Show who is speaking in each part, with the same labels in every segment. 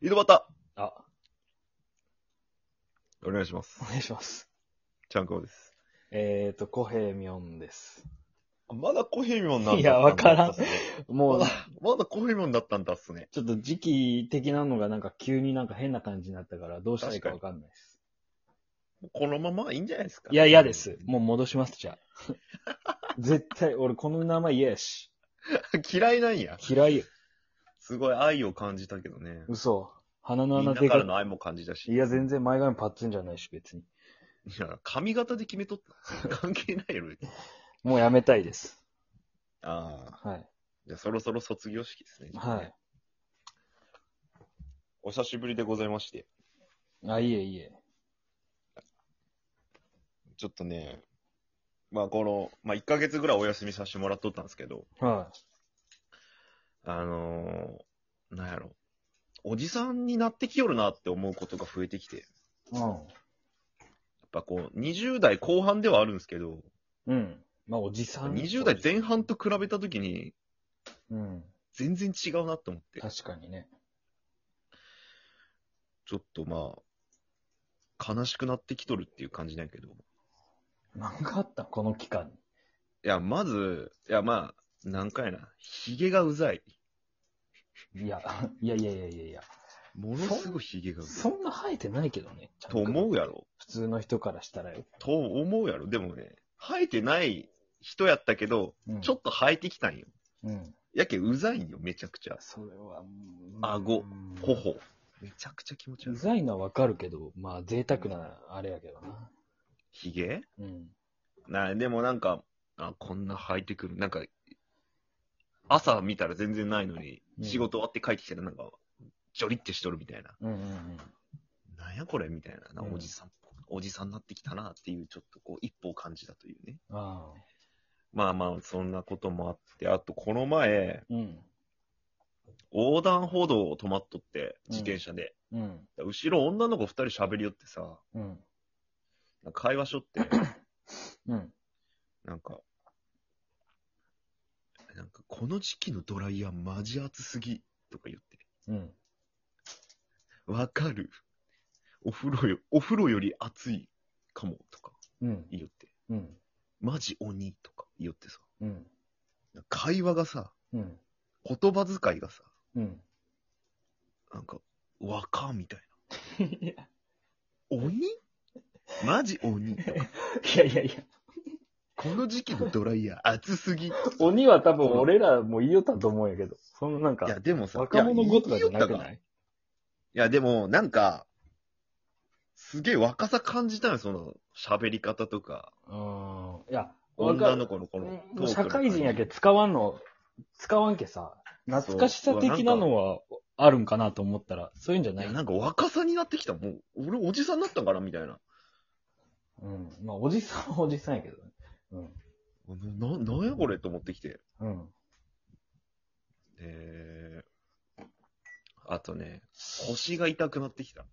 Speaker 1: 井戸端
Speaker 2: あ、
Speaker 1: お願いします
Speaker 2: お。願いします。
Speaker 1: ちゃんこです。
Speaker 2: えーと、コヘミョンです。
Speaker 1: まだコヘミョンなんだ。
Speaker 2: いやわからん
Speaker 1: まだ
Speaker 2: もう、
Speaker 1: まだコヘミョンだったんだっすね。
Speaker 2: ちょっと時期的なのがなんか急になんか変な感じになったから、どうしたらいいかわかんないです。
Speaker 1: このままいいんじゃないですか。
Speaker 2: いや、嫌です。。もう戻します、じゃあ。 絶対、俺この名前嫌やし。
Speaker 1: 嫌いなんや。
Speaker 2: 嫌いよ。
Speaker 1: すごい愛を感じたけどね。
Speaker 2: 嘘。鼻の
Speaker 1: みん
Speaker 2: 穴
Speaker 1: な
Speaker 2: で
Speaker 1: から
Speaker 2: か
Speaker 1: の愛も感じたし。
Speaker 2: い。いや、全然前髪パッツンじゃないし、別に。
Speaker 1: いや、髪型で決めとった。 関係ないやろ。別に
Speaker 2: もうやめたいです。
Speaker 1: ああ。
Speaker 2: はい。
Speaker 1: じゃあそろそろ卒業式ですね。
Speaker 2: はい。。
Speaker 1: お久しぶりでございまして。
Speaker 2: あ、いえいえ。
Speaker 1: ちょっとね、まあこの、まあ1ヶ月ぐらいお休みさせてもらっとったんですけど、
Speaker 2: は
Speaker 1: あのー、なんやろ。おじさんになってきよるなって思うことが増えてきて、や
Speaker 2: い。うん。
Speaker 1: っぱこう、20代後半ではあるんですけど、
Speaker 2: うん。まあ、おじさん。
Speaker 1: 20代前半と比べたときに、
Speaker 2: うん。
Speaker 1: 全然違うなって思って、
Speaker 2: 確かにね。
Speaker 1: ちょっとまあ、悲しくなってきとるっていう感じなんやけど。い
Speaker 2: なんかあったこの期間に。
Speaker 1: や、まず、いやまあ、なんかやな、髭がうざい。
Speaker 2: いや、 いやいやいやいやいや。
Speaker 1: ものすごい髭がうざ
Speaker 2: そ
Speaker 1: い。
Speaker 2: んな生えてないけどね。ちゃん
Speaker 1: と思うやろ。
Speaker 2: 普通の人からしたらよ。
Speaker 1: と思うやろ。でもね、生えてない人やったけど、
Speaker 2: うん、
Speaker 1: ちょっと生えてきたんよ。
Speaker 2: うん。
Speaker 1: やけ、うざいんよ、めちゃくちゃ。
Speaker 2: それはもう、
Speaker 1: 顎
Speaker 2: うん
Speaker 1: 頬。めちゃくちゃ気持ち
Speaker 2: う
Speaker 1: 悪い。
Speaker 2: ざいのはわかるけど、まあ贅沢なあれやけどな。
Speaker 1: ひげ
Speaker 2: うん。
Speaker 1: な、でもなんか、あ、こんな生えてくる。なんか、朝見たら全然ないのに、
Speaker 2: うん
Speaker 1: 仕事終わって帰ってきたらなんか、ジョリってしとるみたいな。
Speaker 2: うんうんうん。
Speaker 1: なんやこれみたいな。な
Speaker 2: うん
Speaker 1: おじさん、おじさんになってきたなっていう、ちょっとこう、一歩を感じたというね。
Speaker 2: ああ。
Speaker 1: まあまあ、そんなこともあって、あと、この前、
Speaker 2: うん。
Speaker 1: 横断歩道を止まっとって、自転車で。
Speaker 2: うん。
Speaker 1: 後ろ女の子二人喋りよってさ、
Speaker 2: うん。
Speaker 1: なんか会話しよって、
Speaker 2: うん。
Speaker 1: なんか、なんか、この時期のドライヤーマジ熱すぎとか言って、
Speaker 2: うん。
Speaker 1: わかる。お風呂よ、お風呂より熱いかもとか
Speaker 2: うん。
Speaker 1: 言って、
Speaker 2: うん。
Speaker 1: マジ鬼とか言ってさ、
Speaker 2: うん。
Speaker 1: 会話がさ、
Speaker 2: うん。
Speaker 1: 言葉遣いがさ、
Speaker 2: うん。
Speaker 1: なんか、わかみたい な。鬼マジ鬼とか。
Speaker 2: いやいやいや。
Speaker 1: この時期のドライヤー熱す ぎ。い
Speaker 2: 鬼は多分俺らも言いよったと思うんやけど。そのなんか、
Speaker 1: や、でもさ、
Speaker 2: 若者語とかじゃな
Speaker 1: や言
Speaker 2: く
Speaker 1: いよった
Speaker 2: な
Speaker 1: がい
Speaker 2: い
Speaker 1: や、でも、なんか、すげえ若さ感じたよ、その、喋り方とか。
Speaker 2: うん。いや、わか
Speaker 1: 女
Speaker 2: る
Speaker 1: の子のこのトークの感
Speaker 2: もう
Speaker 1: じ
Speaker 2: 社会人やけ、使わんの、使わんけさ、懐かしさ的なのはあるんかなと思ったら、そういうんじゃ
Speaker 1: い
Speaker 2: ない
Speaker 1: や、。なんか若さになってきた。もう、俺おじさんになったんかなみたいな。
Speaker 2: うん。まあ、おじさんはおじさんやけどね。
Speaker 1: な、なんやこれと思ってきて。
Speaker 2: うん。うん。
Speaker 1: えー、あとね、腰が痛くなってきた。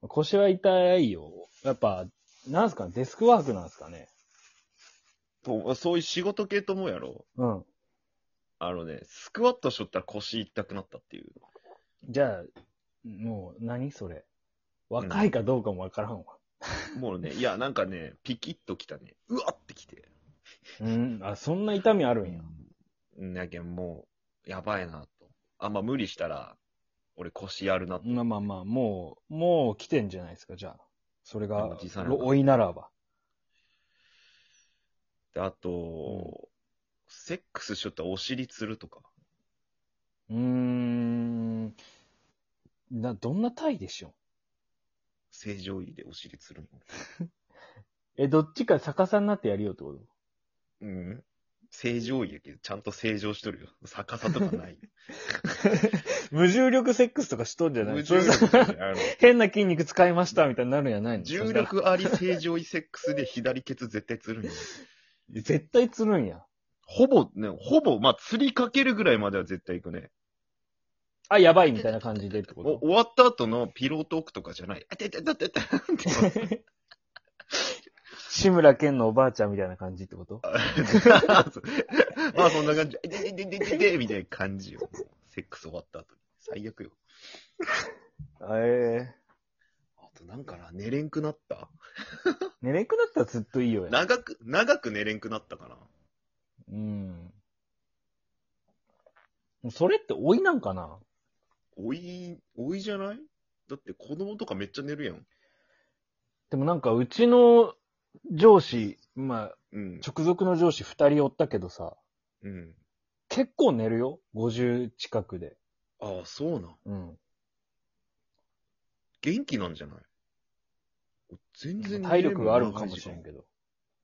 Speaker 2: 腰は痛いよ。やっぱ、なんすかね、デスクワークなんすかね。
Speaker 1: とそういう仕事系と思うやろ。
Speaker 2: うん。
Speaker 1: あのね、スクワットしとったら腰痛くなったっていう。
Speaker 2: じゃあ、もう、何それ。若いかどうかもわからんわ。
Speaker 1: もうね、いや、なんかね、ピキッときたね。うわってきて。
Speaker 2: うん。あ、そんな痛みあるんや。
Speaker 1: うん。やけん、もう、やばいなと。あんま無理したら、俺腰やるなって。
Speaker 2: まあまあまあ、もう、もう来てんじゃないですか、じゃあ。それが
Speaker 1: おじさん、やから
Speaker 2: 老いならば。
Speaker 1: であと、セックスしとったらお尻つるとか。
Speaker 2: うーん。な、どんな体でしょ
Speaker 1: 正常位でお尻つるの。
Speaker 2: うえ、どっちか逆さになってやるよってこと
Speaker 1: うん。正常位やけど、ちゃんと正常しとるよ。逆さとかない。
Speaker 2: 無重力セックスとかしとん じゃない
Speaker 1: 無重力
Speaker 2: それさ
Speaker 1: あの
Speaker 2: 変な筋肉使いましたみたいになるんやないの
Speaker 1: 重力あり正常位セックスで左ケツ絶対つるんよ。
Speaker 2: そしたら絶対つるんや。
Speaker 1: ほぼね、ほぼ、まあ、釣りかけるぐらいまでは絶対行くね。
Speaker 2: あ、やばいみたいな感じでってこ
Speaker 1: お
Speaker 2: と
Speaker 1: 終わった後のピロートークとかじゃない。あてててててって。
Speaker 2: 志村けんのおばあちゃんみたいな感じってこと
Speaker 1: まあ、そんな感じ。で、で、で、で、で、みたいな感じよ。セックス終わった後に。最最悪よ。
Speaker 2: ええ
Speaker 1: あとなんかな、寝れんくなった
Speaker 2: 寝れんくなったらずっといいよね。
Speaker 1: 長く、長く寝れんくなったかな。
Speaker 2: うん。もうそれって老いなんかな
Speaker 1: おい、おいじゃないだって子供とかめっちゃ寝るやん。
Speaker 2: でもなんかうちの上司、まあ、
Speaker 1: うん。
Speaker 2: 直属の上司二人おったけどさ、
Speaker 1: うん。
Speaker 2: 結構寝るよ。50近くで。
Speaker 1: ああ、そうなん。
Speaker 2: うん。
Speaker 1: 元気なんじゃない全然
Speaker 2: 体力があるんかもしれん
Speaker 1: ど。
Speaker 2: けど。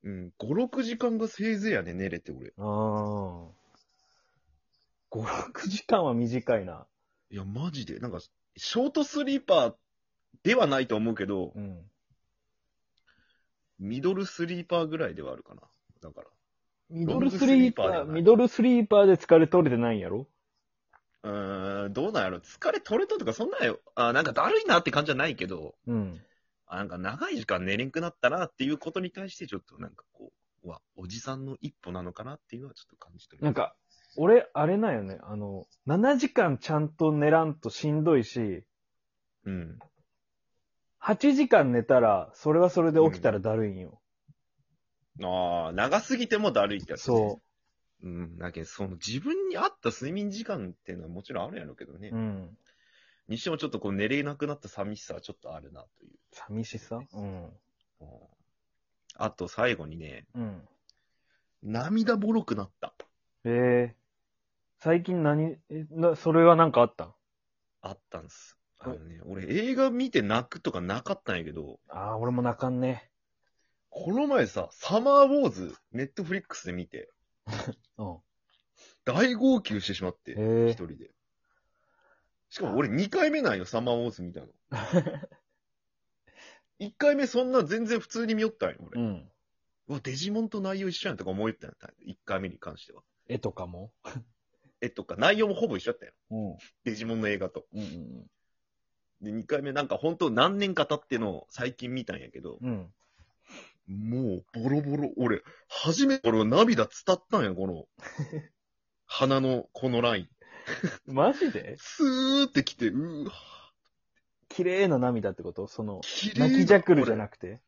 Speaker 1: うん。5、6時間がせいぜいやね、寝れて俺。
Speaker 2: ああ。5、6時間は短いな。
Speaker 1: いや、マジで。なんか、ショートスリーパーではないと思うけど、
Speaker 2: うん。
Speaker 1: ミドルスリーパーぐらいではあるかな。だから。
Speaker 2: ミ
Speaker 1: ドルスリーパーではない
Speaker 2: ミドルスリーパーで疲れ取れてないんやろ
Speaker 1: うーん、どうなんやろ疲れ取れたとか、そんなんよ。あ、なんかだるいなって感じじゃないけど、
Speaker 2: うん。
Speaker 1: あ、なんか長い時間寝れんくなったなっていうことに対して、ちょっとなんかこう、うわ、おじさんの一歩なのかなっていうのはちょっと感じてる。
Speaker 2: なん、か、俺、あれなんよね。あの、7時間ちゃんと寝らんとしんどいし、
Speaker 1: うん。
Speaker 2: 8時間寝たら、それはそれで起きたらだるいんよ。
Speaker 1: ああ、長すぎてもだるいってやつ、。
Speaker 2: そ
Speaker 1: う
Speaker 2: う
Speaker 1: ん。だけど、その自分に合った睡眠時間っていうのはもちろんあるやろうけどね。
Speaker 2: う。うん。
Speaker 1: にしてもちょっとこう寝れなくなった寂しさはちょっとあるなという。
Speaker 2: 寂しさうん。
Speaker 1: うんあと最後にね、
Speaker 2: うん。
Speaker 1: 涙ボロくなった。
Speaker 2: ええ最近何、え、な、それはなんかあったん
Speaker 1: あったんです。あのね、俺映画見て泣くとかなかったんやけど、
Speaker 2: ああ、俺も泣かんね。
Speaker 1: この前さ、サマーウォーズ、ネットフリックスで見て、
Speaker 2: うん。
Speaker 1: 大号泣してしまって、
Speaker 2: へー
Speaker 1: 一人で。しかも俺2回目なんよ、サマーウォーズ見た の。1回目そんな全然普通に見よったんよ、
Speaker 2: う。
Speaker 1: 俺。うんわ、デジモンと内容一緒やんとか思いよったんや、1回目に関しては。
Speaker 2: 絵とかも
Speaker 1: え、とか、内容もほぼ一緒やったんよ。
Speaker 2: うん。
Speaker 1: デジモンの映画と。
Speaker 2: うんうん
Speaker 1: で、2回目なんか本当何年か経っての最近見たんやけど、
Speaker 2: うん。うん。
Speaker 1: もうボロボロ。俺、初めて俺は涙伝ったんや、こ の、鼻のこのライン。
Speaker 2: マジで
Speaker 1: スーってきて、うー
Speaker 2: 綺麗な涙ってことその、
Speaker 1: 綺麗
Speaker 2: 泣きじゃくるじゃ
Speaker 1: く
Speaker 2: なくて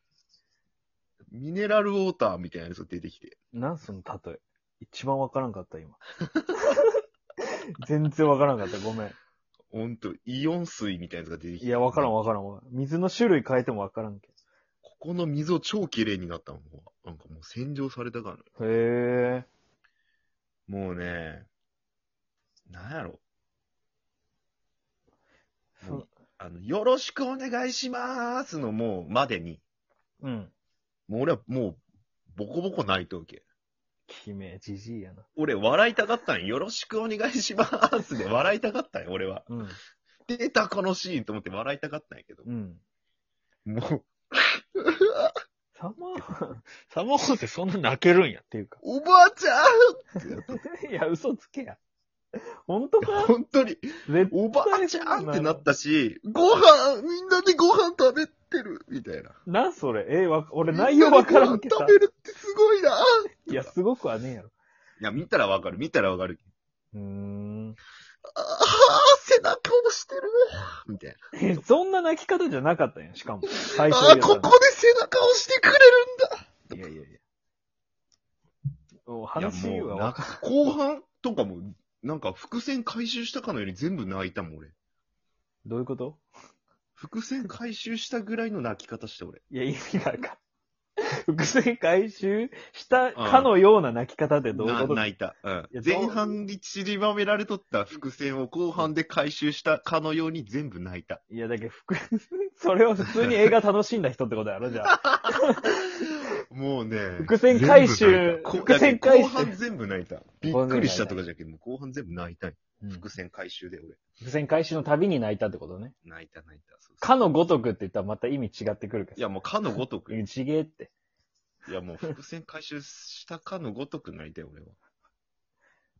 Speaker 1: ミネラルウォーターみたいなやつが出てきて。
Speaker 2: なんその例え。一番わからんかった、今。 全然わからんかった、ごめん。
Speaker 1: ほんと、イオン水みたいなやつが出てきて。
Speaker 2: いや、わからんわからんわ。水の種類変えてもわからんけ
Speaker 1: ここの溝超綺麗になったもん。なんかもう洗浄されたからね。
Speaker 2: ど。へえ。
Speaker 1: もうね、なんやろ。もうあの、よろしくお願いしまーすのもう、までに、
Speaker 2: うん。
Speaker 1: もう俺はもう、ボコボコ泣いとうけ。
Speaker 2: きめえ、じじいやな。
Speaker 1: 俺、笑いたかったんよ。よろしくお願いしますで笑いたかったんよ、俺は。
Speaker 2: うん。
Speaker 1: 出た、このシーンと思って笑いたかったんやけど。
Speaker 2: うん。
Speaker 1: もう、
Speaker 2: サマー、サマーホってそんな泣けるんやっていうか。
Speaker 1: おばあちゃんってなった
Speaker 2: いや、嘘つけや。本当か
Speaker 1: 本当に、
Speaker 2: 絶
Speaker 1: おばあちゃんってなったし、ご飯、みんなでご飯食べてるみたいな。
Speaker 2: な、それ。えわ、俺内容わからん けど
Speaker 1: みなでご飯。食べるってすごいな。
Speaker 2: いや、すごくはねえやろ。
Speaker 1: いや、見たらわかる、見たらわかる。
Speaker 2: うーん。
Speaker 1: ああ、背中押してるみたいな。
Speaker 2: え、そんな泣き方じゃなかったんや、しかも。最初
Speaker 1: ああ、
Speaker 2: 言う
Speaker 1: こ
Speaker 2: た
Speaker 1: こ
Speaker 2: の
Speaker 1: で背中押してくれるんだ
Speaker 2: いやいやいや。お
Speaker 1: いや
Speaker 2: 話
Speaker 1: も
Speaker 2: は
Speaker 1: う
Speaker 2: わ
Speaker 1: な
Speaker 2: か
Speaker 1: 後半とかも、なんか伏線回収したかのように全部泣いたもん、俺。
Speaker 2: どういうこと
Speaker 1: 伏線回収したぐらいの泣き方して、俺。
Speaker 2: いや、意味がわかん。伏線回収したかのような泣き方ってどういう
Speaker 1: な
Speaker 2: こと
Speaker 1: 泣いた。うん
Speaker 2: いや。どう
Speaker 1: 前半に散りばめられとった伏線を後半で回収したかのように全部泣いた。
Speaker 2: いや、だけど、伏 それを普通に映画楽しんだ人ってことやろじゃ あ。
Speaker 1: もうね。
Speaker 2: 伏線回収
Speaker 1: 全部泣いたこ
Speaker 2: 伏線回収
Speaker 1: 後半全部泣いた。びっくりしたとかじゃけど、もう後半全部泣いたんよ。伏
Speaker 2: 伏
Speaker 1: 線回収で俺。
Speaker 2: 線回収の度に泣いたってことね。
Speaker 1: 泣いた泣いた。そうそう
Speaker 2: かのごとくって言ったらまた意味違ってくるから。
Speaker 1: いやもうかのごとく。い
Speaker 2: や、ちげえって。
Speaker 1: やもう伏線回収したかのごとく泣いたよ、俺は。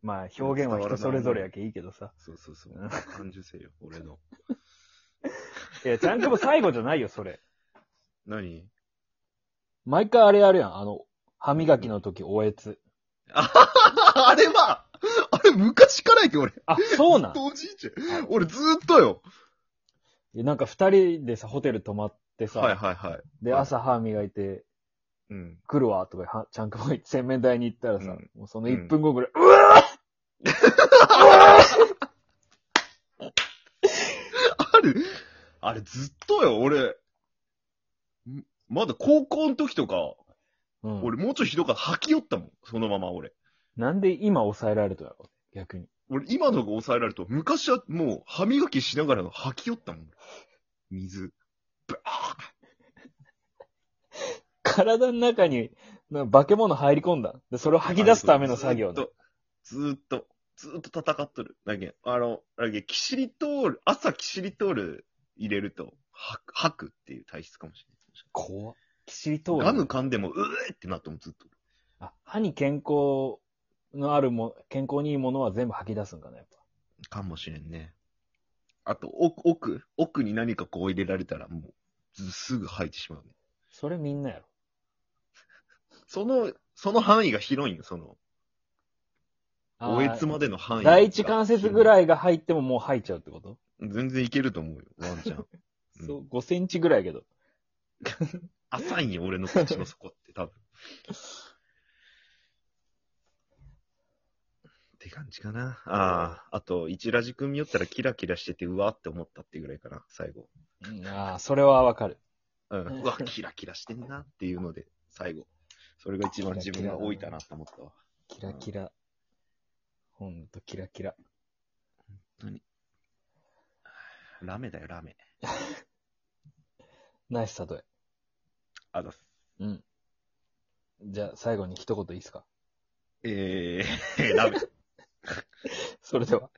Speaker 2: まあ、表現は人それぞれやけいいけどさ。
Speaker 1: そうそうそう
Speaker 2: うん。
Speaker 1: 感受 性よ、俺の。
Speaker 2: いや、ちゃんとも最後じゃないよ、それ。
Speaker 1: 何
Speaker 2: 毎回あれやるやん。あの、歯磨きの時、おえつ。
Speaker 1: あはははあれは、あれ昔からやけど、俺。
Speaker 2: あ、そうなん
Speaker 1: ずっとおじいちゃん。俺ずっとよ。
Speaker 2: えなんか二人でさ、ホテル泊まってさ、
Speaker 1: はいはいはい。
Speaker 2: で、朝歯磨いて、
Speaker 1: うん。
Speaker 2: 来るわ、とか、はちゃんくぼい洗面台に行ったらさ、
Speaker 1: うん
Speaker 2: もうその
Speaker 1: うん
Speaker 2: 1分後ぐらい、うわ
Speaker 1: あるあれずっとよ、俺。んまだ高校の時とか、
Speaker 2: ー、うん、
Speaker 1: 俺もうちょいひどかった。吐き寄ったもん。そのまま俺。
Speaker 2: なんで今抑えられたやろ逆に。
Speaker 1: 俺今のが抑えられると、昔はもう歯磨きしながらの吐き寄ったもん。水。ブワー
Speaker 2: 体の中に、な化け物入り込んだ。で、それを吐き出すための作業
Speaker 1: ず
Speaker 2: だ
Speaker 1: っ。と、ずーっと、ずーっと戦っとる。だけんあの、だけんキシリトール、朝キシリトール入れると、吐く吐くっていう体質かもし
Speaker 2: 怖っきしり
Speaker 1: れ
Speaker 2: と
Speaker 1: ない。ガム噛んでも、うえってなってもずっと。
Speaker 2: あ歯に健康のあるも、健康にいいものは全部吐き出すんかな、やっぱ。
Speaker 1: かもしれんね。あと、奥、奥、奥に何かこう入れられたら、もう、ずすぐ吐いてしまうね。
Speaker 2: それみんなやろ。
Speaker 1: その、その範囲が広いんよ、その、
Speaker 2: あー
Speaker 1: おえつまでの範囲。
Speaker 2: 第一関節ぐら
Speaker 1: い。
Speaker 2: いが入ってももう吐いちゃうってこと、
Speaker 1: 全然いけると思うよ、ワンちゃん。うん
Speaker 2: そう、5センチぐらいやけど。
Speaker 1: 浅いんよ、俺の口の底って、多分。って感じかな。ああ、あと、一ラジ君見よったらキラキラしてて、うわーって思ったってぐらいかな、最後。
Speaker 2: うんああ、それはわかる。
Speaker 1: うん、うわ、キラキラしてんなっていうので、最後。それが一番自分が多いかなと思ったわ。
Speaker 2: キラキラ。ほんとキラキラ。
Speaker 1: ラメだよ、ラメ。
Speaker 2: ナイス例え。
Speaker 1: あざっす。
Speaker 2: うん。じゃあ、最後に一言いいですか
Speaker 1: えー、ラメ。
Speaker 2: それでは。